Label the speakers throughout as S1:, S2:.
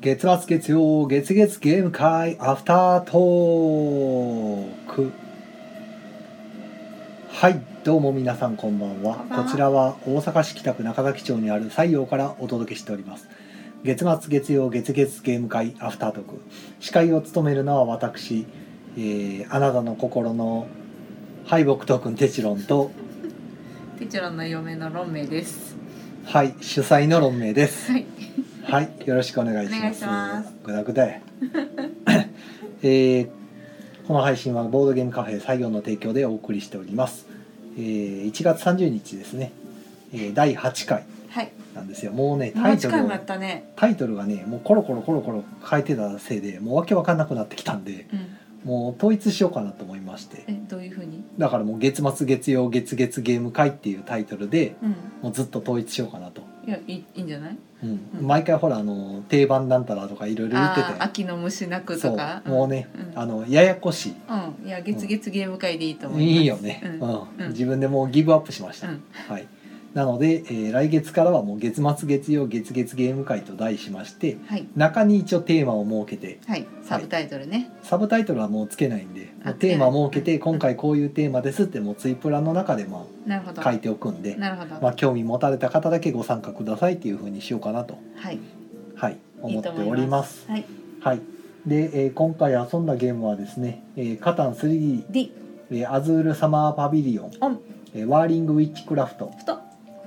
S1: 月末月曜月月ゲーム会アフタートークはいどうも皆さんこんばんは
S2: こんばんは
S1: こちらは大阪市北区中崎町にある西洋からお届けしております月末月曜月月ゲーム会アフタートーク司会を務めるのは私、えーあなたの心の敗北トークンテチロンと
S2: テチロンの嫁のロンメイです。
S1: はい主催の論名です
S2: はい。
S1: はい、よろしくお願いし
S2: お願
S1: ま
S2: い
S1: す
S2: します。
S1: ぐだぐだ や。えーこの配信はボードゲームカフェ採用の提供でお送りしております。えー1月30日ですね。えー第8回
S2: はい。
S1: なんですよ。もうね、タ
S2: もう
S1: イト
S2: 近い
S1: ル
S2: も
S1: を
S2: やったね。
S1: タイトルがね、もうコロコロコロコロ変えてたせいで、もうわけわかんなくなってきたんで、
S2: うん。
S1: もう統一しようかなと思いまして。
S2: え、どういう風に？
S1: だからもう月末月曜月月ゲーム会っていうタイトルで、
S2: うん。
S1: もうずっと統一しようかなと。
S2: いや、いいいいんじゃない？
S1: うん
S2: うん
S1: 毎回ほらあの定番なんたらとかいろいろ言って
S2: あ
S1: て
S2: あ、秋の虫鳴く
S1: そ
S2: と
S1: う
S2: か。
S1: もうね、
S2: うん
S1: あのややこし
S2: うん。いや、月月ゲーム会でいいと思
S1: い
S2: います。
S1: いいよね、う
S2: うんん。うん
S1: 自分でもうギブアップしました、
S2: うん
S1: はい、なので、えー来月からはもう月末月曜月月ゲーム会と題しまして
S2: はい。
S1: 中に一応テーマを設けて
S2: はい。サブタイトルね。
S1: サブタイトルはもうつけないんで
S2: あ
S1: もうテーマ設け
S2: つけ
S1: て
S2: な
S1: 今回こういうテーマですってもうツイプラの中でま
S2: なるほど。
S1: あ書いておくんで、
S2: なるほど。
S1: まあ、興味持たれた方だけご参加くださいっていうふうにしようかなと、
S2: はい。
S1: はい、
S2: い
S1: 思っ
S2: い
S1: て
S2: と
S1: おります。
S2: はい。
S1: はい。で、えー今回遊んだゲームはですね、えーカタン 3D、
S2: D
S1: えーアズールサマーパビリオン、
S2: オン
S1: えーワーリングウィッチクラフト、
S2: ふと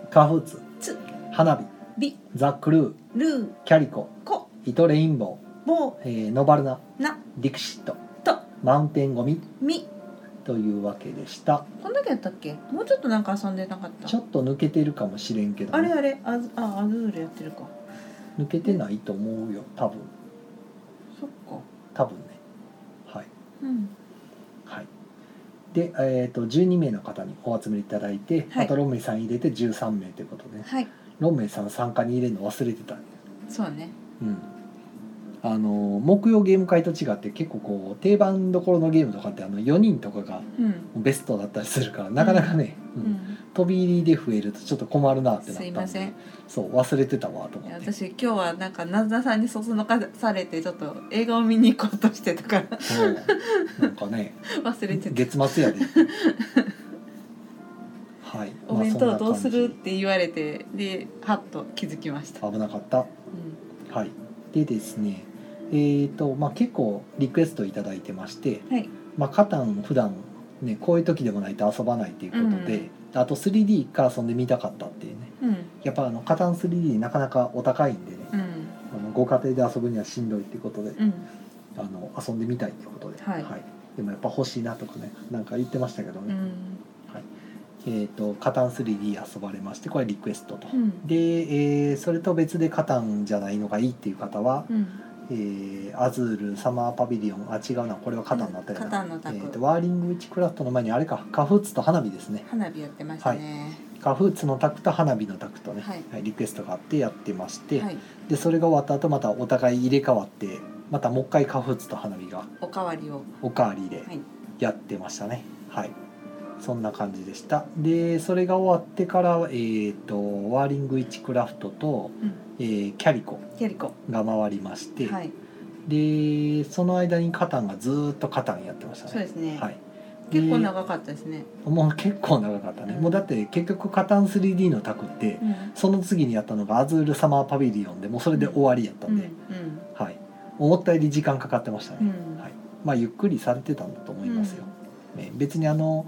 S1: カフーツ、
S2: つ
S1: 花火、
S2: び
S1: ザ・クルー、
S2: ルー
S1: キャリコ、
S2: こ
S1: 糸レインボ
S2: ぼ
S1: ー、えーノバルナ、
S2: うな
S1: ディクシット、
S2: と
S1: マウンテンゴミ
S2: み。
S1: というわけでした。
S2: こんだけやったっけ？もうちょっとなんか遊んでなかっ
S1: ちょ
S2: た。
S1: っと抜けてるかもしれんけど
S2: あ
S1: ね、
S2: れあれ、あずあアズールやってるか。
S1: 抜けてないと思うよ、多分、
S2: そっか。
S1: 多分ね。はい。
S2: うん。
S1: はい。で、えっ、と、12名の方にお集めいただいて、
S2: はい
S1: あとロメイさん入れて13名ということで、ね、
S2: はい。
S1: ロンメイさん参加に入れるの忘れてた、ね、
S2: そうね。
S1: うんあの木曜ゲーム会と違って結構こう定番どころのゲームとかってあの4人とかが
S2: うん。
S1: ベストだったりするからなかなかね、
S2: う
S1: うん
S2: ん。
S1: 飛び入りで増えるとちょっと困るなってなった
S2: す
S1: で
S2: いません
S1: そう忘れてたわと
S2: い
S1: 思
S2: や
S1: って、
S2: 私今日はなんかなずなさんにそそのかされてちょっと映画を見に行こうとしてたから
S1: そうなんかね
S2: 忘れてて
S1: 月末や ではい
S2: 「お弁
S1: ま
S2: 当
S1: あそんな
S2: どうす
S1: 感
S2: る?」っ
S1: じ
S2: て言われてでハッと気づきました、
S1: 危なかった
S2: うん、
S1: はいでですねえーとまあ結構リクエストいただいてまして
S2: はい
S1: まあ、カタン普段ねこういう時でもないと遊ばないっていうことで、あと 3D から遊んでみたかったっていうね
S2: うん
S1: やっぱあのカタン 3D なかなかお高いんでね、
S2: うん
S1: あのご家庭で遊ぶにはしんどいっていうことで、
S2: うん
S1: あの遊んでみたいっていうことで、
S2: はい
S1: でもやっぱ欲しいなとかねなんか言ってましたけど
S2: う
S1: ね、
S2: ん
S1: えっ、とカタン 3D 遊ばれましてこれリクエストと。
S2: うん
S1: で、えーそれと別でカタンじゃないのがいいっていう方は、
S2: うん
S1: えーアズールサマーパビリオンあ違うなこれはカタンだったよな、
S2: カタンの
S1: え
S2: 卓、
S1: ー、とワーリングウィッチクラフトの前にあれかカフーツと花火ですね
S2: 花火やってましたね
S1: カフーツのタクと花火のタクとね、は
S2: はいい
S1: リクエストがあってやってまして、
S2: はい、
S1: でそれが終わった後またお互い入れ替わってまたもう一回カフーツと花火が
S2: おかわりを
S1: おかわりで
S2: はい
S1: やってましたねはい、そんな感じでしたでそれが終わってから、えー、とワーリングウィッチクラフトと、
S2: うん
S1: えーキャリコ
S2: ケリコ
S1: が回りまして、
S2: はい
S1: でその間にカタンがずーっとカタンやってましたね
S2: そうですね、
S1: はい、
S2: 結構
S1: で
S2: 長かったですね、
S1: もう結構長かったね、
S2: うん
S1: もうだって結局カタン 3D のタクって
S2: うん
S1: その次にやったのがアズールサマーパビリオンでもうそれで終わりやった
S2: うん
S1: で、
S2: ん
S1: はい、思ったより時間かかってました
S2: う
S1: ね、
S2: ん
S1: はいまあゆっくりされてたんだと思いますよ、ね別にあの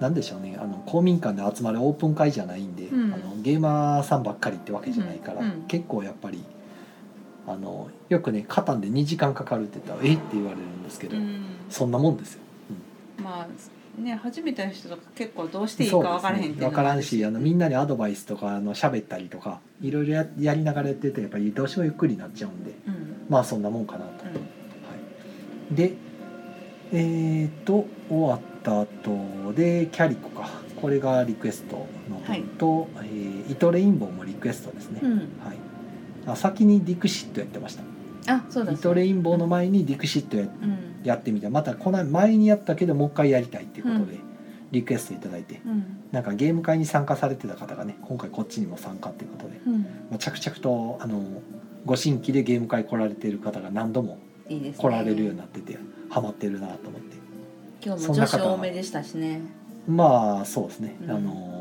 S1: なんでしょうねあの公民館で集まるオープン会じゃないんで、
S2: うん
S1: あのゲーマーさんばっかりってわけじゃないから、
S2: うんうん
S1: 結構やっぱりあのよくねカタンで2時間かかるって言ったら「えっ?」って言われるんですけど、
S2: うん
S1: そんなもんですよ
S2: まあね初めての人とか結構どうしていいか分からへんっていうの
S1: 分
S2: も
S1: か
S2: あ
S1: らん
S2: る
S1: しあのみんなにアドバイスとかあの喋ったりとかいろいろややりながらやっててやっぱりどうしてもゆっくりになっちゃうんで
S2: うん
S1: まあそんなもんかなと、
S2: う
S1: は
S2: ん
S1: い、でえー、と終わった後でキャリコかこれがリクエストの分と、えー、イトレインボーもリクエストですね、
S2: うん、
S1: はいあ先にディクシットやってました
S2: あそうだ
S1: イトレインボーの前にディクシットや
S2: うん
S1: やってみたまたこの前にやったけどもう一回やりたいっていうことでリクエストいただいて、
S2: うん
S1: なんかゲーム会に参加されてた方がね今回こっちにも参加っていうことで、
S2: うん
S1: まあ、着々とあのご新規でゲーム会来られてる方が何度も
S2: いいですね
S1: 来られるようになっててハマってるなと思って
S2: 今日
S1: そ
S2: も
S1: んな
S2: 女
S1: 方
S2: 子
S1: が
S2: 多めでしたしね
S1: まあそうですね、
S2: うん
S1: あの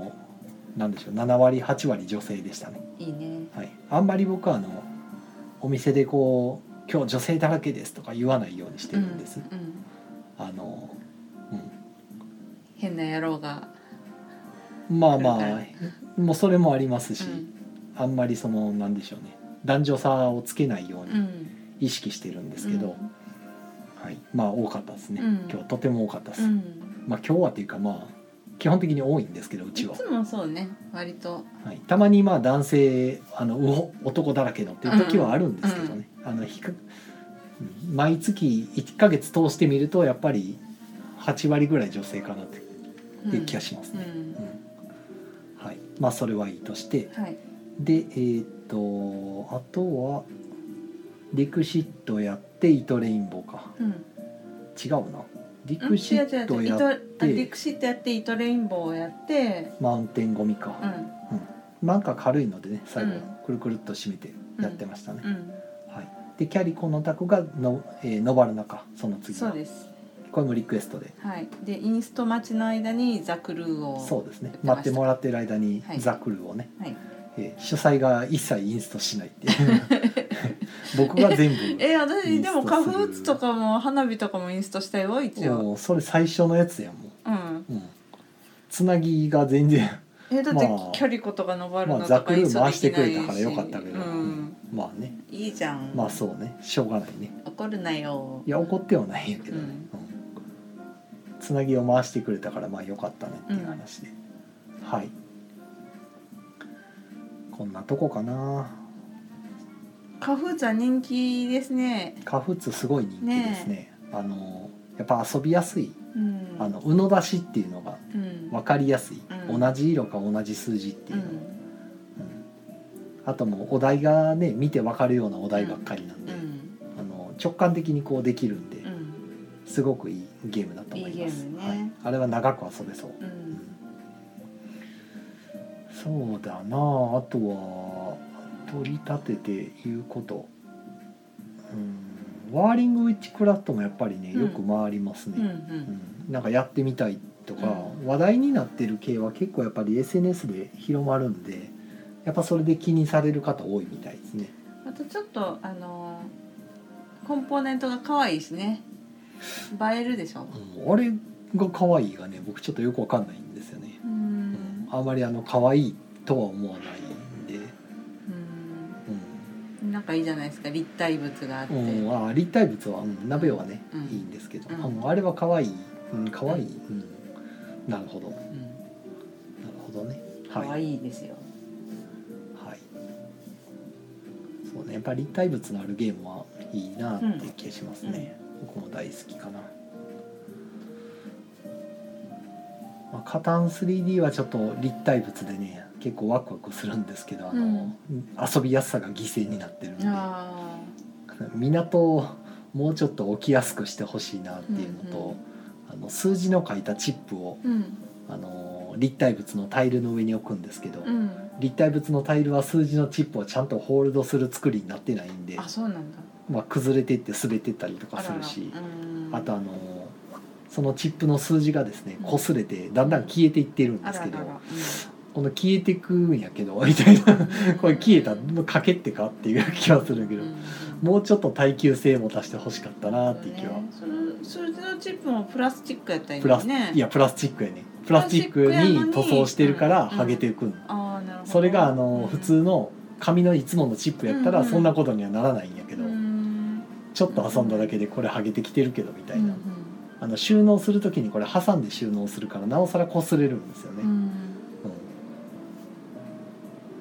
S1: なんでしょう7割8割女性でしたね
S2: いいね
S1: はいあんまり僕はあのお店でこう「今日女性だらけです」とか言わないようにしてるんです、
S2: うんうん、
S1: あの
S2: 変な野郎が、
S1: うんまあま
S2: だか
S1: あもうそれもあります
S2: う
S1: し、
S2: ん
S1: あんまりそのなんでしょうね男女差をつけないよう
S2: う
S1: に
S2: ん
S1: 意識してるんですけど、はい、まあ多かったですね、
S2: うん
S1: 今日はとても多かったです、
S2: うん、
S1: まあ今日はというかまあ基本的に多いんですけどう
S2: い
S1: ちは
S2: つもそうね割と
S1: はい、たまにまあ男性あのうお男だらけのっていう時はあるんですけどね、あのひくうん毎月1ヶ月通してみるとやっぱり8割ぐらい女性かなって
S2: うん
S1: いう気がしますね。
S2: うん
S1: うんはい、まあそれはいいとして
S2: はい
S1: でえーっとあとはリクシットやってイトレインボーか
S2: うん
S1: 違うなリ
S2: うん
S1: クシ
S2: 違う違
S1: ット
S2: う違うイ
S1: や
S2: ト
S1: って
S2: あディクシットやってイトレインボーをやって
S1: マウンテンゴミか、
S2: うん
S1: なんか軽いのでね最後
S2: うん
S1: くるくるっと締めてやってましたね。
S2: うん
S1: はい、でキャリコのタクがの、えー、ノバルナかその次
S2: そう
S1: は
S2: です
S1: これもリクエストで
S2: はいでインスト待ちの間にザクルーを
S1: そうですね
S2: やってまし
S1: 待
S2: た
S1: ってもらってる間に
S2: はい
S1: ザクルをね、
S2: はい
S1: えー主催が一切インストしないっていう 僕が全部
S2: え私でも
S1: インストする
S2: 花粉打つとかも花火とかもインストしたよ一応
S1: もうそれ最初のやつやも
S2: うん
S1: う、うん、つなぎが全然
S2: えだっ
S1: ま
S2: て
S1: あ
S2: キャリコとか登る
S1: ま
S2: の
S1: あ
S2: と
S1: ザ
S2: か
S1: ク
S2: イ
S1: ル
S2: ンスト
S1: 回
S2: で
S1: して
S2: き
S1: く
S2: な
S1: れ
S2: い
S1: たから
S2: し
S1: よかったけど、
S2: う
S1: うん
S2: ん
S1: まあね
S2: いいじゃん
S1: まあそうねしょうがないね
S2: 怒るなよ
S1: いや怒ってはないんやけどね、うんつなぎを回してくれたからまあ良かったねっていう話で、はいこんなとこかな
S2: カフーちゃん人気ですね
S1: カフーツすごい人気ですねあのやっぱ遊びやすい
S2: うん
S1: あのうの出しっていうのが
S2: うん
S1: 分かりやすい、
S2: うん
S1: 同じ色か同じ数字っていううの、うん
S2: ん
S1: あともうお題がね見て分かるようなお題ばっかりなん
S2: う
S1: で、
S2: ん
S1: あの直感的にこうできるんで、
S2: うん
S1: すごくいいゲームだと思います
S2: いいゲームね
S1: はい、あれは長く遊べそう
S2: うん
S1: そうだなああとは取り立てて言うことうんワーリングウィッチクラットもやっぱりね
S2: うん
S1: よく回ります
S2: うんう
S1: ね、うん
S2: ん
S1: なんかやってみたいとか、話題になってる系は結構やっぱり SNS で広まるんでやっぱそれで気にされる方多いみたいですね
S2: あとちょっとあのーコンポーネントが可愛いしね映えるでしょ
S1: うんあれが可愛いがね僕ちょっとよくわかんないんですよね、
S2: う
S1: うん
S2: ん
S1: あまりあの可愛いとは思わないんで、うん、
S2: うんなんかいいじゃないですか立体物があって、
S1: うん、あー立体物は、うん、鍋はね、
S2: うん
S1: いいんですけど、
S2: うん
S1: あのあれは可愛い、うん、可愛い、うん、なるほどなる
S2: うん
S1: ほどね
S2: 可
S1: は
S2: 愛、
S1: い、
S2: い、いですよ
S1: はい、そうねやっぱり立体物のあるゲームはいいなって気がしますね、僕も大好きかな、まあ、カタン 3D はちょっと立体物でね結構ワクワクするんですけどあの、
S2: うん
S1: 遊びやすさが犠牲になってるんで
S2: あ
S1: 港をもうちょっと置きやすくしてほしいなっていうのと、
S2: うんうん
S1: あの数字の書いたチップを
S2: ーうん
S1: あの立体物のタイルの上に置くんですけど、
S2: うん
S1: 立体物のタイルは数字のチップをちゃんとホールドする作りになってないんで
S2: あそうなんだ
S1: まあ、崩れてって滑ってったりとか
S2: あ
S1: す
S2: らら
S1: るしあ
S2: うん
S1: とあのそのチップの数字がですね
S2: うん
S1: 擦れてだんだん消えていってるん
S2: あ
S1: です
S2: ら
S1: け
S2: ら
S1: ど、
S2: ら、
S1: この消えてくんやけどみたいな
S2: うん
S1: これ消えたのかけってかっていう気がするけど。
S2: うん
S1: もうちょっと耐久性も出してほしかったなっていう気は、
S2: ねその数字のチップもプラスチックやったらいい
S1: プ
S2: の
S1: ラ
S2: に
S1: ス
S2: ね
S1: いやプラスチックやねプラスチックに塗装してるから
S2: うん
S1: 剥げていくん、
S2: ああなるほど
S1: それがあの普
S2: だ
S1: 通の紙のいつものチップやったら
S2: うんうん
S1: そんなことにはならないんやけ
S2: け
S1: ど、
S2: うん
S1: ちょっと遊んだだけでこれ剥げてきてるけどみたいな、
S2: うん
S1: あの収納する時にこれ挟んで収納するからなおさら擦れるんですよね、
S2: う
S1: うん
S2: ん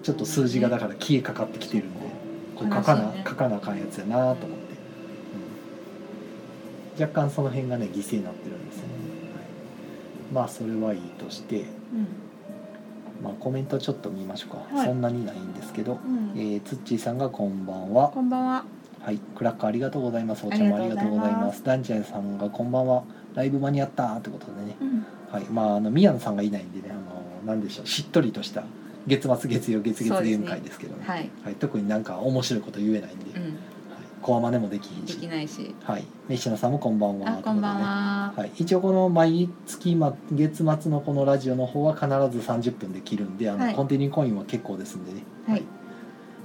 S1: ちょっと数字がだから消えかかってきてるんでこう書かな、
S2: 悲しいね
S1: 書かなあかんやつやなと思って、うん若干その辺がね犠牲になってるんですよね、はいまあそれはいいとして、
S2: う
S1: まあ、コメントちょっと見ましょうか、
S2: はい
S1: そんなにないんですけど、
S2: ん
S1: えー、つっちーさんがこんばんは
S2: こんばんは。
S1: はい、クラッカーありがとうございます。お茶もあ
S2: あ
S1: り
S2: り
S1: が
S2: が
S1: と
S2: と
S1: う
S2: う
S1: ご
S2: ご
S1: ざ
S2: ざ
S1: い
S2: い
S1: ま
S2: ます
S1: す。ダンジャンさんがこんばんは。ライブ間に合ったってことでね。
S2: うん、
S1: はい、まあ、あの、宮野さんがいないんでね、あの、なんでしょう、しっとりとした。月末月曜月月ゲーム会ですけどね
S2: はい、
S1: はい、特になんか面白いこと言えないんで、
S2: う
S1: はい、
S2: ん、
S1: コアマネもできひん
S2: で
S1: し
S2: きないし
S1: はい、西野さんもこんばんは
S2: あこんばんは、
S1: はい、一応この毎月、ま、月末のこのラジオの方は必ず30分で切るんであの、
S2: はい
S1: コンティニューコインは結構ですんでね、
S2: はい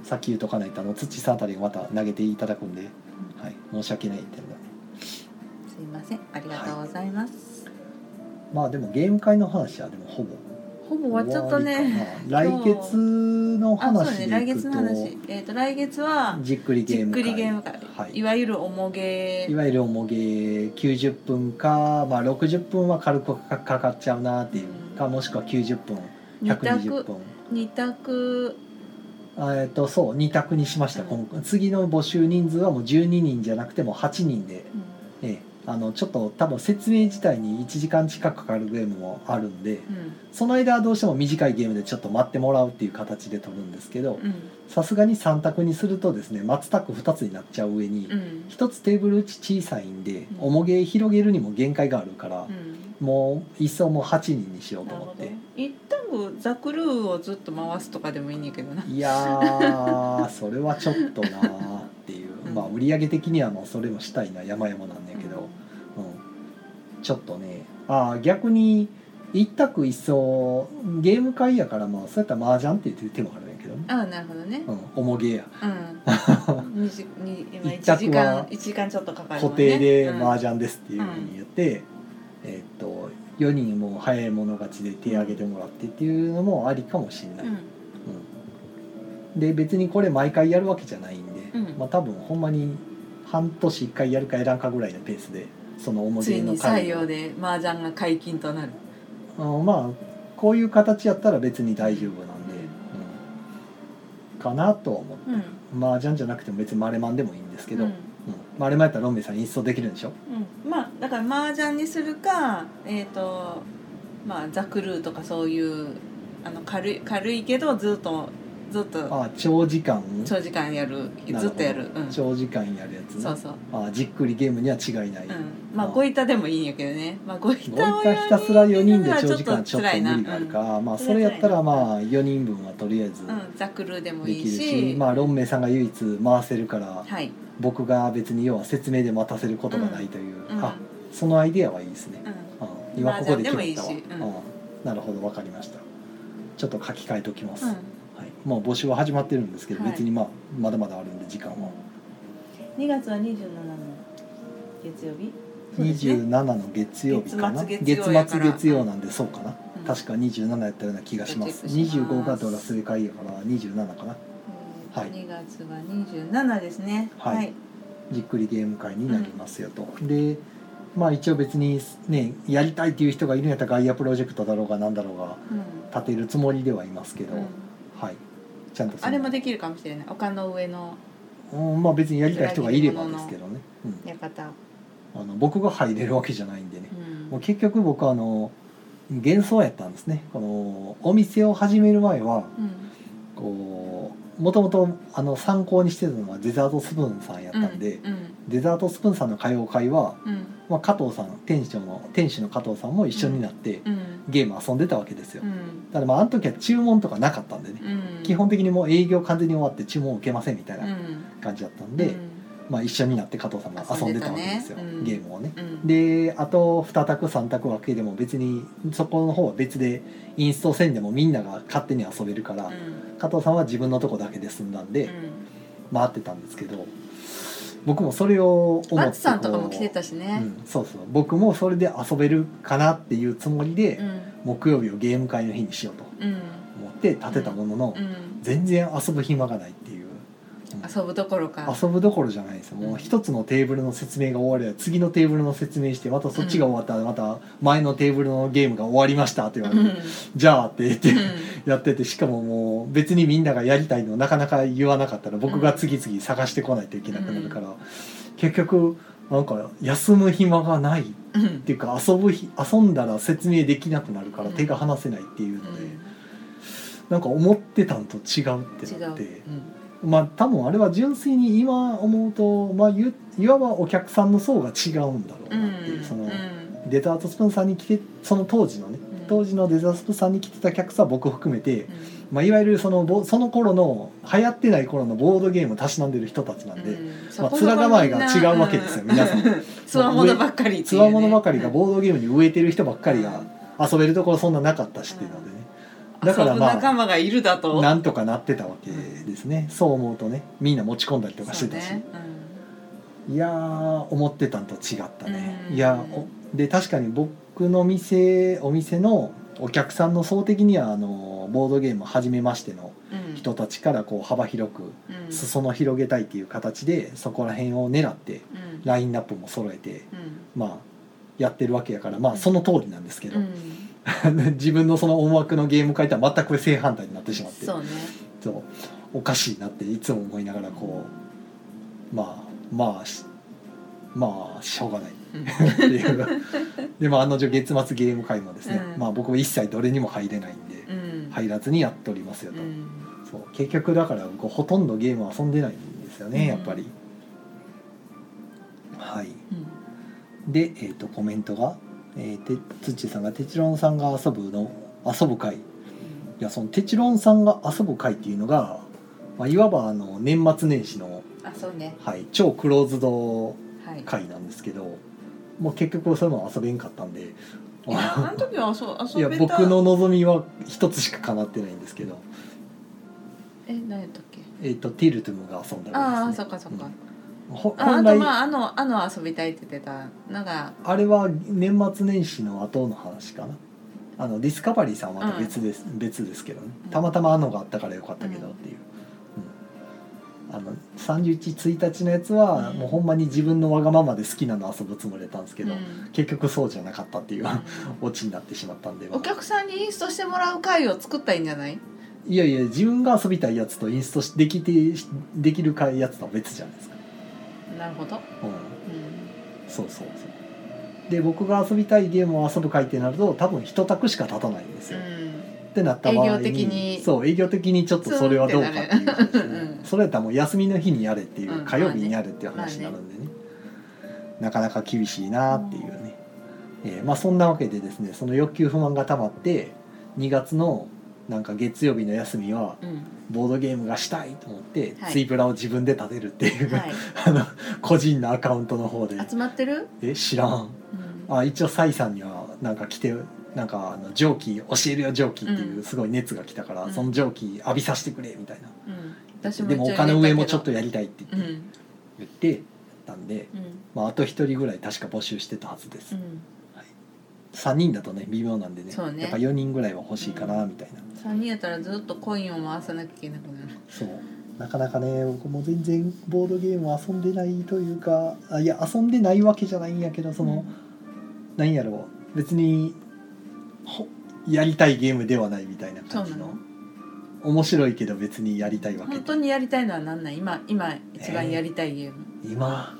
S1: さっき言うとかないとあの土さんあたりがまた投げていただくんで、はい、申し訳ないみたいな
S2: すいませんありがとうございます、
S1: まあでもゲーム会の話はでもほぼ
S2: ほぼ終わっちゃったね
S1: 終わりかな来月の
S2: あそう
S1: 話
S2: ね
S1: で
S2: 来
S1: いく
S2: 月
S1: と
S2: の話えっ、と来月は
S1: じっくりゲ
S2: じ
S1: ー
S2: っ
S1: ム
S2: く
S1: 会
S2: りゲーム会、、
S1: はいい
S2: わゆるおもげ
S1: いわゆるおもげ90分か、まあ、60分は軽くかかかっちゃうなっていうかもしくは90分
S2: 二
S1: 120
S2: 択
S1: 分
S2: 二択
S1: あえっとそう2択にしました、
S2: うん
S1: 今次の募集人数はもう12人じゃなくてもう8人で、ええあのちょっと多分説明自体に1時間近くかかるゲームもあるんで
S2: うん
S1: その間はどうしても短いゲームでちょっと待ってもらうっていう形で取るんですけど
S2: うん
S1: さすがに3択にするとですね松択2つになっちゃう上に
S2: うんうん
S1: 1つテーブル打ち小さいんで
S2: うん
S1: 重げ広げるにも限界があるから
S2: うん
S1: もう一層もう8人にしよう
S2: な
S1: と
S2: る
S1: 思
S2: ほ
S1: っ
S2: ど
S1: て。
S2: 一旦ザクルーをずっと回すとかでもいいねんけどない
S1: やー それはちょっとなーっていう、
S2: うん
S1: まあ売り上げ的にはもうそれもしたいな山々なんだけど、うん、ちょっとねああ逆に一択一層ゲーム会やからまあそうやったら麻雀って言ってる手もあるんやけどね、
S2: ああなるほどね
S1: うん、おもげや
S2: うん、二時に今
S1: 一
S2: 一
S1: 着
S2: 時
S1: は
S2: 間一時間ちょっとかかるも
S1: 固
S2: んね
S1: 定で
S2: うん
S1: 麻雀ですっていうふうに言って、えっと4人もう早い者勝ちで手挙げてもらってっていうのもありかもしれない、うんで別にこれ毎回やるわけじゃないんで、
S2: うん
S1: まあ多分ほんまに半年1回やるかやらんかぐらいのペースでその
S2: う
S1: 思
S2: ん、
S1: い
S2: つい
S1: 出の
S2: に採
S1: 会を
S2: 用で麻雀が解禁となる
S1: うんまあこういう形やったら別に大丈夫なんで、
S2: うん
S1: うんかなとは思う
S2: うん
S1: 麻雀じゃなくても別にマレマンでもいいんですけど、
S2: う
S1: うんんマレマンやったらロンベイさん一掃できるんでしょ
S2: うんまあだから麻雀にするかえっ、とまあザクルーとかそういうあの軽い軽いけどずっとずっと
S1: ああ長時間
S2: 長時間やる
S1: な
S2: ず
S1: るほ
S2: っと
S1: ど
S2: やるうんそう
S1: 長時間やるやつね
S2: そう
S1: ああじっくりゲームには違いない、
S2: うんまあゴイタでもいいんやけどねまあゴイ
S1: ご
S2: タを
S1: いたひたすら4人で長時
S2: ちょ
S1: 間
S2: っと
S1: ちょっと
S2: 辛いな
S1: 無理があるから、まあそれやったらまあ4人分はとりあえず
S2: うんザクルーでも
S1: で
S2: い
S1: き
S2: い
S1: るし,、
S2: し
S1: まあロンメイさんが唯一回せるから
S2: はい
S1: 僕が別に要は説明で待たせることがないという、
S2: うん
S1: あそのアイデアはいいですね、
S2: う
S1: う
S2: ん
S1: ん今ここで決まったわ、
S2: 麻雀でもいいし
S1: うんなるほどわかりましたちょっと書き換えときます、
S2: う
S1: はい、
S2: ん
S1: もう募集は始まってるんですけど、
S2: はい
S1: 別にまあまだまだあるんで時間は、
S2: 2月は27の月曜日そうですね
S1: 27の月曜日かな
S2: 月末
S1: 月
S2: 月曜
S1: 末
S2: やから
S1: 月曜なんでそうかな、
S2: うん
S1: 確か27やったような気がします
S2: チェックします
S1: 25がドラ正解やから27かなはい
S2: 2月は27ですね
S1: はい
S2: はい
S1: じっくりゲーム会になりますよと、でまあ一応別にねやりたいっていう人がいるんやったらガイアプロジェクトだろうがなんだろうが
S2: うん
S1: 立てるつもりではいますけど、
S2: うん
S1: はいちゃんとその
S2: あれもできるかもしれない丘の上の
S1: うんまあ別にやりたい人がいればですけどね、
S2: 館
S1: うん、あの僕が入れるわけじゃないんでね
S2: うん
S1: もう結局僕はあの幻想やったんですねこのお店を始める前は
S2: うん
S1: こうもともとあの参考にしてたのはデザートスプーンさんやったんで、
S2: うん
S1: デザートスプーンさんの歌謡会は、
S2: うん
S1: まあ、加藤さん店長の店主の加藤さんも一緒になって、
S2: うん
S1: ゲーム遊んでたわけですよ、
S2: うん
S1: ただまああの時は注文とかなかったんでね、
S2: うん
S1: 基本的にもう営業完全に終わって注文受けませんみたい
S2: うんう
S1: なん感じだったんで、まあ、一緒になって加藤さんが遊んでたわけですよ、
S2: 遊んでたねうん
S1: ゲームをね
S2: うん
S1: であと2択3択分けでも別にそこの方は別でインストせんでもみんなが勝手に遊べるから、
S2: うん
S1: 加藤さんは自分のとこだけで済んだん
S2: う
S1: で
S2: ん
S1: 回ってたんですけど僕もそれを思って
S2: 松さんとかも来て
S1: こ
S2: たし
S1: う、う
S2: ね
S1: ん、そうそう僕もそれで遊べるかなっていうつもりで、
S2: うん
S1: 木曜日をゲーム会の日にしようと
S2: うん
S1: 思って立てたものの、
S2: うん
S1: 全然遊ぶ暇がないっていう、うん
S2: 遊ぶどころか
S1: 遊ぶどころじゃないですよもう一つのテーブルの説明が終われば次のテーブルの説明してまたそっちが終わったらまた前のテーブルのゲームが終わりましたって言わ
S2: う
S1: れ
S2: ん
S1: て、じゃあって言って、
S2: うん
S1: やっててしかももう別にみんながやりたいのをなかなか言わなかったら僕が次々探してこないといけなくなるから、結局なんか休む暇がないっ
S2: うん
S1: ていうか遊ぶひ遊んだら説明できなくなるから
S2: うん
S1: 手が離せないっていうので、
S2: う
S1: なんか思ってたんと違うっ
S2: ん
S1: て
S2: 違
S1: なっ
S2: う
S1: て。
S2: うん
S1: まあ多分あれは純粋に今思うと、まあ、ゆいわばお客さんの層が違うんだろうなっていう、
S2: うん
S1: その
S2: うん
S1: デザートスプーンさんに来てその当時のね、
S2: うん
S1: 当時のデザートスプーンさんに来てた客さんは僕含めて、
S2: うん
S1: まあ、いわゆるそのぼその頃の流行ってない頃のボードゲームをたしなんでる人たちなんで、
S2: うん
S1: まあ面構えが違うわけですよ皆さん。
S2: つわものばっかりって
S1: つ
S2: いうね
S1: わものばかりがボードゲームに飢えてる人ばっかりが遊べるところそんななかったしっていうのでねだからま
S2: 遊ぶ仲
S1: あ
S2: 間がいるだと
S1: なんとかなってたわけですねそう思うとねみんな持ち込んだりとかしてたし、
S2: そうね
S1: いやー思ってたんと違ったね
S2: うん
S1: いやーおで確かに僕の店お店のお客さんの層的にはあのボードゲーム初めましての
S2: うんうん
S1: 人たちからこう幅広く
S2: うん
S1: 裾野広げたいっていう形でそこら辺を狙って
S2: うん
S1: ラインナップも揃えて
S2: うん
S1: まあやってるわけやからまあその通りなんですけど
S2: う、ん
S1: 自分のその思惑のゲーム会とは全く正反対になってしまって
S2: そうね
S1: そうおかしいなっていつも思いながらこうまあまあしまあしょうがない
S2: うん
S1: って いうでも案の定月末ゲーム会もですね、
S2: うん
S1: まあ僕も一切どれにも入れないんで、
S2: うん
S1: 入らずにやっておりますよ
S2: う
S1: と、
S2: ん
S1: そう結局だから僕ほとんどゲームは遊んでないんですよね、
S2: うん
S1: やっぱりはい
S2: うん
S1: で、えー、とコメントが、えー、てつっちーさんが「てちろんさんが遊ぶの遊ぶ会」いやそのテチロンさんが遊ぶ会っていうのが、まあ、いわばあの年末年始の、
S2: あそうね
S1: はい、超クローズド
S2: はいい
S1: 会なんですけどもう結局それも遊べんかったんで
S2: やあ
S1: あ
S2: の時はそう
S1: い
S2: 遊
S1: や
S2: べた
S1: 僕の望みは一つしか叶ってないんですけど、
S2: え何やったっけ
S1: えー、とティルトゥムが遊んだ
S2: あ
S1: ら
S2: あ
S1: です
S2: そ
S1: ね
S2: っかそっか
S1: ほ
S2: ああ
S1: 本
S2: と
S1: 来
S2: まああのあの遊びたいって言ってたのが
S1: あれは年末年始の後の話かなあのディスカバリーさんはまた別です、別ですけどね
S2: うん
S1: たまたまあのがあったからよかったけど
S2: う
S1: っ
S2: ん
S1: ていう、うんあの311日のやつは
S2: うん
S1: もうほんまに自分のわがままで好きなの遊ぶつもりだったんですけど、
S2: うん
S1: 結局そうじゃなかったっていう
S2: うん
S1: オチになってしまったんで、
S2: お客さんにインストしてもらう会を作ったらいいんじゃない
S1: いやいや自分が遊びたいやつとインストしできてできるかやつとは別じゃないですか、
S2: なるほど、
S1: うん、
S2: うん、
S1: そうそうそうで僕が遊びたいゲームを遊ぶ会ってなると多分一択しか立たないんですよ、ってなった場合に
S2: 営業的に
S1: そう営業的にちょっとそれはどうかっていう話
S2: ツーン
S1: で
S2: ってなるうん
S1: それやったらもう休みの日にやれっていう、
S2: うん
S1: 火曜日にやれっていう話になるんでね,、なかなか厳しいなっていうね、えーまあそんなわけでですねその欲求不満がたまって2月のなんか月曜日の休みは
S2: うん、
S1: ボードゲームがしたいと思って、
S2: はい
S1: ツイプラを自分で立てるっていう、
S2: は
S1: あの個人のアカウントの方で
S2: い集まってる、
S1: え知らん
S2: うん
S1: あ一応サイさんにはなんか来てなんかあの蒸気教えるよ蒸気っていううんすごい熱が来たから、
S2: うん
S1: その蒸気浴びさせてくれみたいな、
S2: うん、私も
S1: でも丘の上もちょっと
S2: や
S1: やりたいって
S2: う
S1: 言
S2: ん
S1: って,、言ってやったんで、
S2: うん
S1: まあ、あと一人ぐらい確か募集してたはずです、
S2: うん
S1: 三3人だとね微妙なんでね
S2: そうね
S1: やっぱ4人ぐらいは欲しいかなみたいな、
S2: 3人やったらずっとコインを回さなきゃいけなくなる
S1: そうなかなかね僕も全然ボードゲームは遊んでないというかあいや遊んでないわけじゃないんやけどその、なんやろう別にほやりたいゲームではないみたいな
S2: そう
S1: 感
S2: な
S1: じの
S2: の
S1: 面白いけど別にやりたいわけ
S2: 本当にやりたいのは何なん今今一番やりたいゲーム、
S1: 今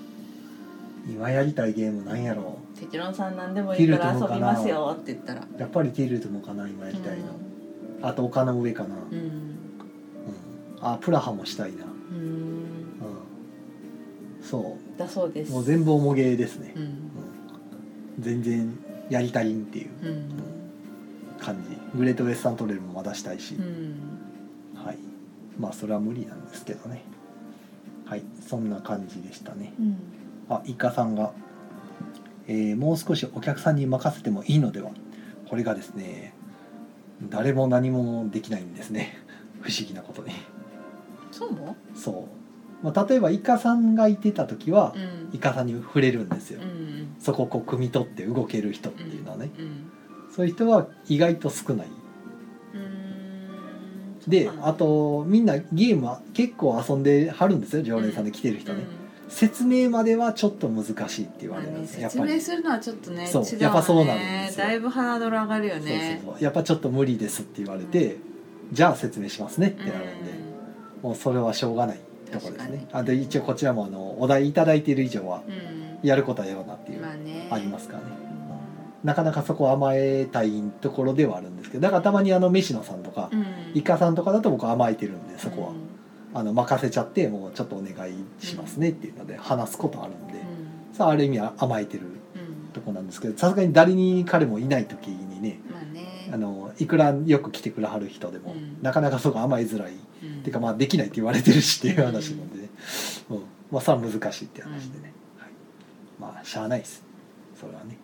S1: 今やりたいゲームなんやろ
S2: テチロンさん何でもいいから遊びますよって言ったら
S1: うやっぱりティルトもかな今やりたいの、あと丘の上かな、
S2: う
S1: うん
S2: ん
S1: あプラハもしたいな、うん、
S2: うん、うん、
S1: そ
S2: だそうで
S1: う
S2: す
S1: もう全部重ゲーですね、
S2: うん
S1: うん全然やりたいんっていう
S2: うん
S1: 感じグレートウェスタントレイルもまだしたいし、
S2: うん
S1: はいまあそれは無理なんですけどねはいそんな感じでしたね
S2: うん
S1: あイカさんが、えーもう少しお客さんに任せてもいいのではこれがですね誰も何もできないんですね 不思議なことに
S2: そうも
S1: そう、まあ、例えばイカさんがいてた時は
S2: う、ん
S1: イカさんに触れるんですよ、
S2: うん
S1: そこをこう汲み取って動ける人っていうのはね、
S2: うん
S1: そういう人は意外と少ない
S2: うん
S1: で
S2: そうなの
S1: あとみんなゲームは結構遊んではるんですよ常連さんで来てる人ね、説明まではちょっと難しいって言
S2: うん
S1: わ
S2: まあ
S1: れるん
S2: ね
S1: ですよやっ
S2: 説
S1: ぱり
S2: 明するのはちょっとね
S1: そう
S2: 違わ
S1: やっぱそうなんですよ
S2: だいぶハードル上がるよね
S1: そうそうそうやっぱちょっと無理ですって言われて、じゃあ説明しますねってなるんで、もうそれはしょうがないところですね
S2: 確か
S1: あで一応こちらもあのお題いただいている以上は
S2: うんうん
S1: やることはやろうなっていう、
S2: まあね
S1: ありますからね
S2: う
S1: なかなかそこ甘えたいところではあるんですけどだからたまにあの飯野さんとか、
S2: ん
S1: イカさんとかだと僕甘えてるんでそこは、
S2: うん
S1: あの任せちゃってもうちょっとお願いしますねっていうので話すことあるんで、
S2: うん
S1: さあある意味は甘えてる
S2: うん
S1: とこなんですけどさすがに誰に彼もいない時にね
S2: まあね
S1: あのいくらよく来てくれはる人でも、
S2: うん
S1: なかなかそこ甘えづらい、
S2: うん
S1: ていうかまあできないって言われてるしっていう話なんでね、うんまあそれは難しいって話でね、はい、まあしゃあないですそれはね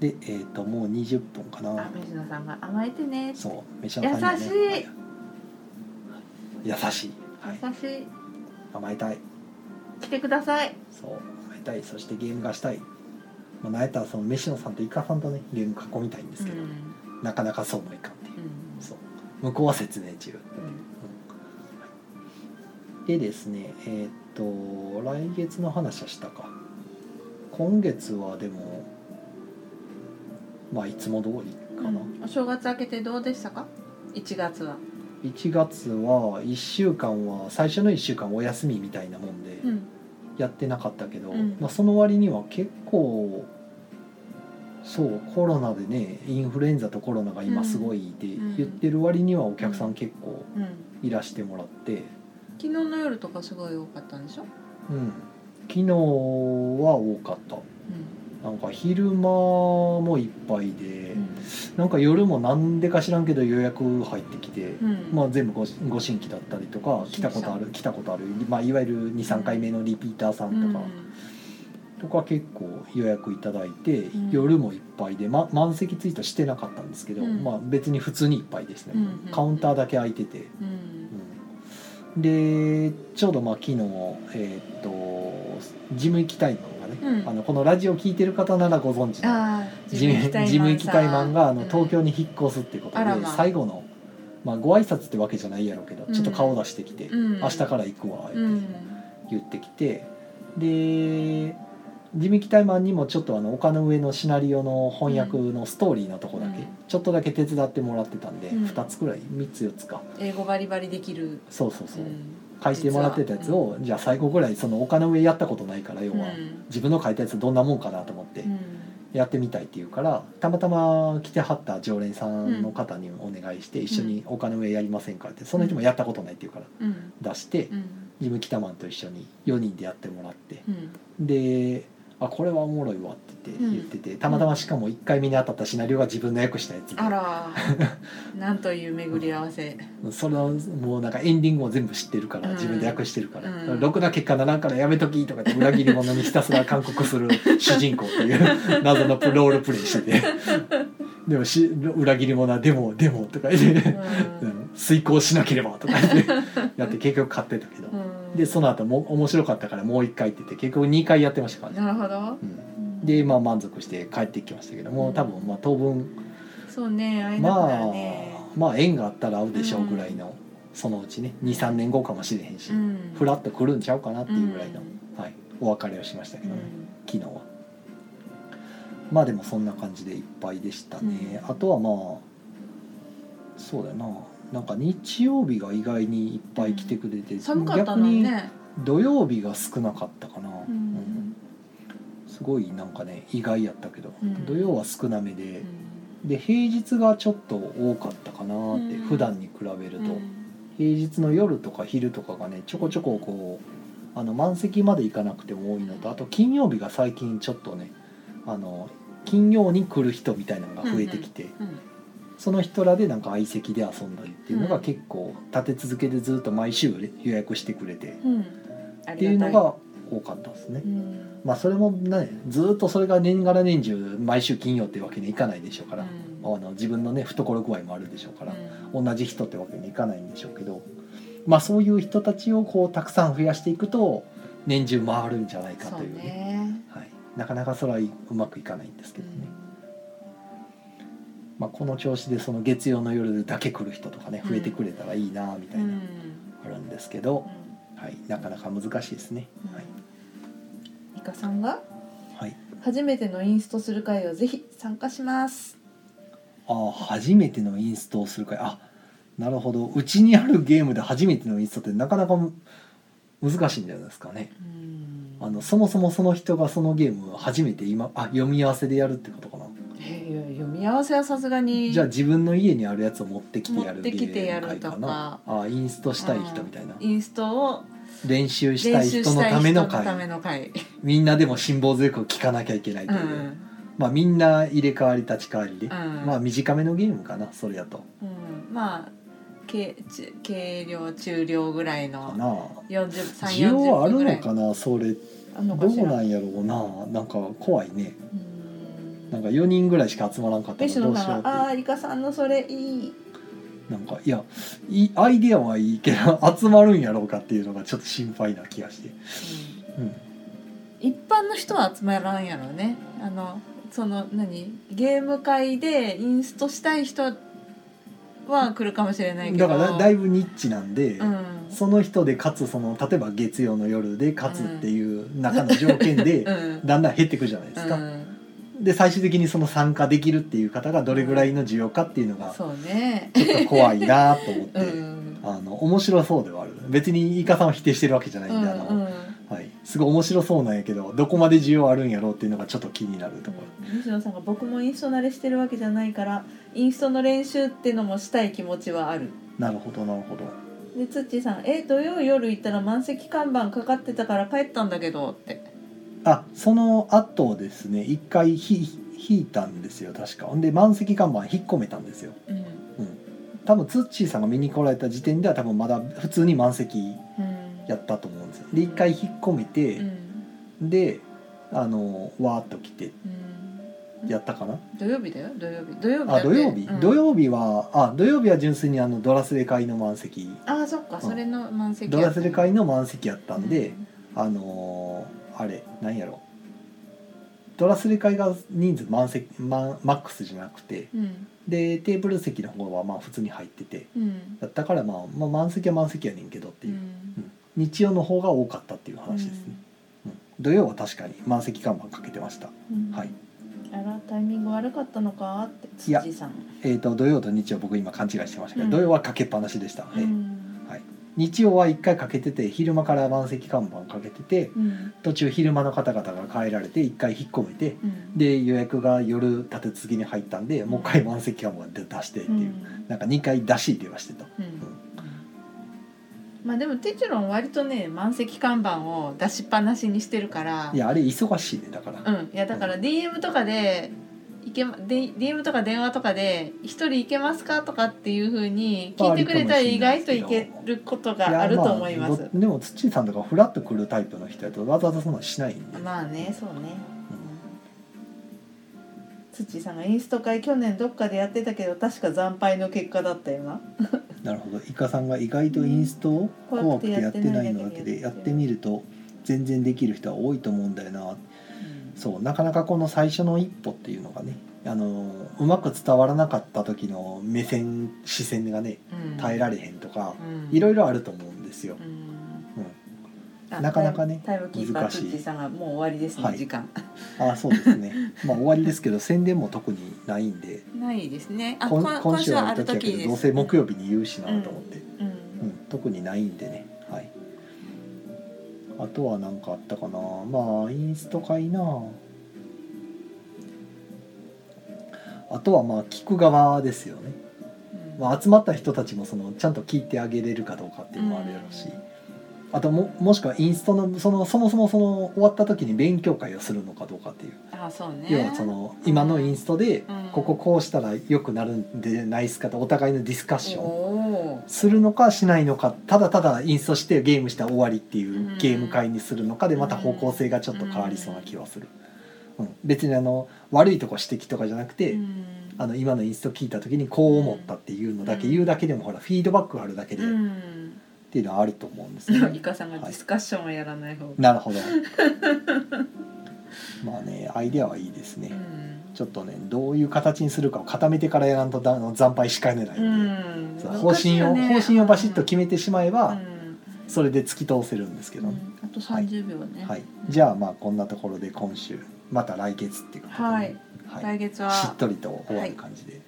S1: でえっ、ともう20分か
S2: あ
S1: な
S2: 水野さんが甘えてね
S1: そう飯野さんにね優しい優しい、はい、
S2: 優しい
S1: 甘えたい
S2: 来てください
S1: そう甘えたいそしてゲームがしたいまあ、なんやったらその飯野さんとイカさんとねゲーム囲みたいんですけど、
S2: うん
S1: なかなかそうもいかんっていう
S2: うん
S1: そう向こうは説明中
S2: うん
S1: でですねえーっと来月の話はしたか今月はでもまあいつも通りかな、
S2: お正月明けてどうでしたか1月は
S1: 1月は1週間は最初の1週間お休みみたいなもんで
S2: うん
S1: やってなかったけど、
S2: うん
S1: まあ、その割には結構そうコロナでねインフルエンザとコロナが今すごいって
S2: うん
S1: 言ってる割にはお客さん結構
S2: うん
S1: いらしてもらって。
S2: 昨日の夜とかすごい多かったんでしょ
S1: うん、昨日は多かったなんか昼間もいっぱいで、なんか夜もなんでか知らんけど予約入ってきて、
S2: うん
S1: まあ、全部ごご新規だったりとか来たことある来たことある、まあ、いわゆる23回目のリピーターさ
S2: あ
S1: んとか、とか結構予約いただいて、
S2: ん
S1: 夜もいっぱいで、ま、満席ツイートしてなかったんですけど、
S2: うん
S1: まあ、別に普通にいっぱいですね、
S2: うんうんうん
S1: カウンターだけ空いてて。
S2: うん
S1: でちょうどまあ昨日、えーっとジム行きたいマンがね、
S2: うん
S1: あのこのラジオ聞いてる方ならご存知の
S2: ああ
S1: ジムジム行きたいマンがあの東京
S2: に
S1: に引っ越すってことで、
S2: あらま
S1: 最後の、まあ、ご挨拶ってわけじゃないやろうけど、
S2: うん
S1: ちょっと顔出してきて、明
S2: 明
S1: 日から行くわ
S2: う
S1: 言って
S2: ん
S1: 言ってきて、でジム行きたいマンにもちょっとあの丘の上のシナリオの翻訳のストーリーのとこだけ、
S2: うん
S1: ちょっとだけ手伝ってもらってたんで、
S2: うん
S1: 2つくらい3つ4つか
S2: 英語バリバリできる
S1: そうそうそう、
S2: ん
S1: 書いてもらってたやつを、じゃあ最後ぐらいその丘の上やったことないから要は、
S2: うん
S1: 自分の書いたやつどんなもんかなと思って
S2: うん
S1: やってみたいっていうからたまたま来てはった常連さんの方にお願いして、一緒に丘の上やりませんかってその人もやったことないっていうから
S2: うん
S1: 出して、
S2: うん
S1: ジム・キタマンと一緒に4人でやってもらって
S2: うん
S1: で「あこれはおもろいわ」って言って
S2: うん
S1: 言ってて、たまたましかも1回目に当たったシナリオが自分の訳したやつで
S2: あら なんという巡り合わせ
S1: そのもうなんかエンディングも全部知ってるから
S2: うん
S1: 自分で訳してるから、
S2: うん
S1: ろくな結果ならんからやめときとかって裏切り者にひたすら勧告する主人公って いう謎のプロールプレイしててでもし裏切り者は「でもでも」とか言っ
S2: う
S1: て、うんん遂行しなければ」とか言って やって結局買ってたけど、
S2: うん
S1: でその後も面白かったからもう一回って言って結局2回やってましたからね、
S2: なるほど
S1: うんでまあ満足して帰ってきましたけどもう多分まあ当分
S2: そうね会えなくな
S1: ま
S2: る
S1: あ
S2: ね、
S1: まあ縁があったら会うでしょうぐらいの、そのうちね23年後かもしれへんし、
S2: うん
S1: ふらっと来るんちゃうかなっていうぐらいの、
S2: うん
S1: はい、お別れをしましたけ
S2: う
S1: どね、
S2: ん
S1: 昨日はまあでもそんな感じでいっぱいでしたね、
S2: うん
S1: あとはまあそうだよななんか日曜日が意外にいっぱい来てくれて、
S2: 寒かったのにね、
S1: 逆に土曜日が少なかったかな、
S2: う
S1: うん
S2: ん
S1: すごいなんかね意外やったけど、
S2: うん
S1: 土曜は少なめで、
S2: う
S1: で平日がちょっと多かったかなって、
S2: うん
S1: 普段に比べると、
S2: ん
S1: 平日の夜とか昼とかがねちょこちょここうあの満席までいかなくても多いのとあと金曜日が最近ちょっとねあの金曜に来る人みたいなのが増えてきて、
S2: うん
S1: その人らでなんか相席で遊んだりっていうの
S2: う
S1: が
S2: ん
S1: 結構立て続けでずっと毎週予約してくれてっ
S2: うん、あ
S1: てい
S2: り
S1: う
S2: がた
S1: の
S2: い
S1: が多かったですね
S2: う。ん
S1: まあそれもねずっとそれが年がら年中毎週金曜ってわけにいかないでしょうから、
S2: うん
S1: あの自分のね懐具合もあるでしょうから
S2: う、ん
S1: 同じ人ってわけにいかないんでしょうけど、まあ、そういう人たちをこうたくさん増やしていくと年中回るんじゃないか
S2: そ
S1: と
S2: う
S1: いうね
S2: ね、
S1: はい、なかなかそれはうまくいかないんですけどね、まあ、この調子でその月曜の夜だけ来る人とかね
S2: うん
S1: 増えてくれたらいいなみた
S2: う
S1: い
S2: んう
S1: な、
S2: ん
S1: あるんですけど、はい、なかなか難しいですね。はい
S2: いかさんが
S1: はい、
S2: 初めてのインストする会をぜひ参加します
S1: あー初めてのインストをするかあなるほどうちにあるゲームで初めてのインストってなかなかむ難しいんじゃないですかね。
S2: うん
S1: あのそもそもその人がそのゲームを初めて今あ読み合わせでやるってことかな、
S2: えいや読み合わせはさすがに
S1: じゃあ自分の家にあるやつを持ってきてやる
S2: 持ってきてやる
S1: ゲーム会
S2: とか
S1: あインストしたい人みたいな、
S2: インストを
S1: 練習した
S2: 練
S1: い
S2: 習
S1: 人
S2: し
S1: の
S2: た
S1: た
S2: い
S1: め
S2: 人
S1: の
S2: の
S1: 会
S2: ための会
S1: みんなでも辛抱強く聞かなきゃいけないと
S2: う
S1: い
S2: ん
S1: う、まあみんな入れ替わり立ち替わりで、
S2: うん
S1: まあ短めのゲームかなそれやと
S2: うん、まあ軽ち軽量中量ぐらい
S1: か
S2: の
S1: な
S2: 40
S1: 需
S2: 3 4 0
S1: 要はあ
S2: 分
S1: る
S2: ぐら
S1: の
S2: い
S1: かなそれ
S2: あんの
S1: ど
S2: か
S1: う
S2: しら
S1: なんやろうななんか怖いね
S2: うん
S1: なんか4人ぐらいしか集まらんかったらどうし
S2: 西
S1: ようっ
S2: 野
S1: て
S2: さんが「ああーイカさんのそれいい
S1: なんかいやいいアイデアはいいけど集まるんやろうかっていうのがちょっと心配な気がして」うん
S2: 一般の人は集まらんやろうねあのその何ゲーム会でインストしたい人は来るかもしれないけど
S1: だからだだ
S2: い
S1: いぶニッチなんで、
S2: うん
S1: その人でかつその例えば月曜の夜で勝つっていう中の条件で、
S2: うん
S1: だんだん減ってくじゃないですか、
S2: うん
S1: で最終的にその参加できるっていう方がどれぐらいの需要かっていうのがちょ
S2: そうね
S1: っと怖いなと思って、
S2: うん
S1: あの面白そうではある別にイカさんを否定してるわけじゃないんで、あの
S2: うんうん
S1: はい、すごい面白そうなんやけどどこまで需要あるんやろうっていうのがちょっと気になるところ、
S2: 西野さんが僕もインスト慣れしてるわけじゃないからインストの練習ってのもしたい気持ちはある
S1: なるほどなるほど
S2: でつっちーさん「え土曜夜行ったら満席看板かかってたから帰ったんだけど」って
S1: あその後ですね一回ひ引いたんですよ確かほんで満席看板引っ込めたんですよ
S2: うん
S1: 多分ツッチーさんが見に来られた時点では多分まだ普通に満席
S2: うん
S1: やったと思うんですよで一回引っ込め
S2: う
S1: て、
S2: ん
S1: であのわーっと来て
S2: うん
S1: やったかな、
S2: 土曜日だよ土曜日土曜日だ
S1: あ
S2: って
S1: 土曜日、
S2: うん
S1: 土曜日はあ土曜日は純粋にあのドラスレ会の満席
S2: ああそっかそれの満席
S1: ドラスレ
S2: い
S1: 会の満席やったんで、あのーあれなんやろドラスレ会が人数満席ママックスじゃなくて
S2: うん
S1: でテーブル席の方はまあ普通に入ってて
S2: うん
S1: だったからまあ、まあ、満席は満席やねんけどって
S2: う
S1: いう、
S2: ん
S1: 日曜の方が多かったっていう話ですね、うん土曜は確かに満席看板かけてました
S2: うん
S1: はい
S2: あらタイミング悪かったのかって
S1: いや
S2: 辻さん
S1: えー、と土曜と日曜僕今勘違いしてましたけど、
S2: うん
S1: 土曜はかけっぱなしでしたの
S2: う
S1: で、
S2: ん
S1: 日曜は1回かけてて昼間から満席看板かけてて
S2: うん
S1: 途中昼間の方々が帰られて1回引っ込めて
S2: うん
S1: で予約が夜立て続けに入ったんでもう一回満席看板で出してっていう、
S2: うん
S1: なんか2回出し入れはしてた
S2: うんまあでもテチロン割とね満席看板を出しっぱなしにしてるから
S1: いやあれ忙しいねだから、
S2: うんいやだから DM とかでいけまで DM とか電話とかで「一人行けますか?」とかっていうふうに聞いてくれたら意外といけることがあると思います
S1: や。あどでも土井さんとかフラッと来るタイプの人やとわざわざそんなんしないんで、
S2: まあねそうね土井さんがインスト会去年どっかでやってたけど確か惨敗の結果だったよな
S1: なるほどイカさんが意外とインストを
S2: うん
S1: 怖くてやってないのだけでや
S2: や
S1: っ
S2: ってて
S1: み
S2: み
S1: ると全然できる人は多いと思うんだよなそうなかなかこの最初の一歩っていうのがねあのうまく伝わらなかった時の目線視線がね耐えら
S2: れ
S1: れへんとかいろいろあると思うんですよ。
S2: あ
S1: なかなかね
S2: タイムタイムキーパー
S1: 難しい
S2: 土井さんがもう終わりですね、
S1: はい
S2: 時間
S1: あそうですねまあ終わりですけど宣伝も特にないんで
S2: ないですねあ
S1: こん
S2: こん
S1: 今
S2: 今
S1: 週
S2: 週
S1: は
S2: は
S1: あ
S2: あ
S1: る
S2: る
S1: 時や
S2: 時
S1: けど
S2: です
S1: どうせ木曜日に言うしなと思って。
S2: う
S1: うん、
S2: ん
S1: 特にないんでね、はい、あとは何かあったかなまあインストかいなあとはまあ聞く側ですよね、
S2: うん
S1: まあ、集まった人たちもそのちゃんと聞いてあげれるかどうかっていうのもあるやろうし、あとももしくはインストのそのそもそもその終わった時に勉強会をするのかどうかっていう、
S2: あそうね
S1: 要はその今のインストで
S2: うん
S1: こここうしたら良くなるんじゃないですかとお互いのディスカッション、
S2: おー
S1: するのかしないのかただただインストしてゲームしたら終わりっていううんゲーム会にするのかでまた
S2: うん
S1: 方向性がちょっと変わりそうな気はする、うん、別にあの悪いとこ指摘とかじゃなくて、
S2: うん
S1: あの今のインスト聞いた時にこう思ったっていうのだけ
S2: うん
S1: 言うだけでもほらフィードバックがあるだけでっ
S2: うん
S1: ていうのはあると思うんです
S2: で
S1: ね、
S2: もイカさんがディスカッションはやらない方が、
S1: なる ほどまあねアイデアはいいですね、
S2: うん
S1: ちょっとねどういう形にするかを固めてからやらんとだあの惨敗しかねないんで、
S2: う
S1: そう
S2: ん
S1: 方針を、
S2: 難しいよね
S1: 方針をバシッと決めてしまえば、
S2: うん
S1: それで突き通せるんですけ
S2: う
S1: どね、
S2: ん、あと30秒ね
S1: はい、じゃあまあこんなところで今週また来月っていうことで、
S2: は
S1: は
S2: い
S1: い
S2: 来月
S1: し
S2: は
S1: っとりと終わる感じで、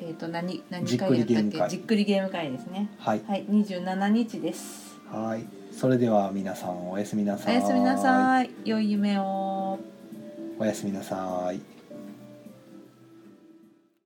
S2: えっ、と何何
S1: じっく
S2: 回
S1: り
S2: やった
S1: ゲー
S2: っ
S1: ム
S2: け
S1: 会
S2: じっくりゲーム会ですね
S1: はい
S2: はい27日です
S1: はいそれでは皆さんおやすみなさ
S2: お
S1: い
S2: やすみなさい良い夢を
S1: おやすみなさい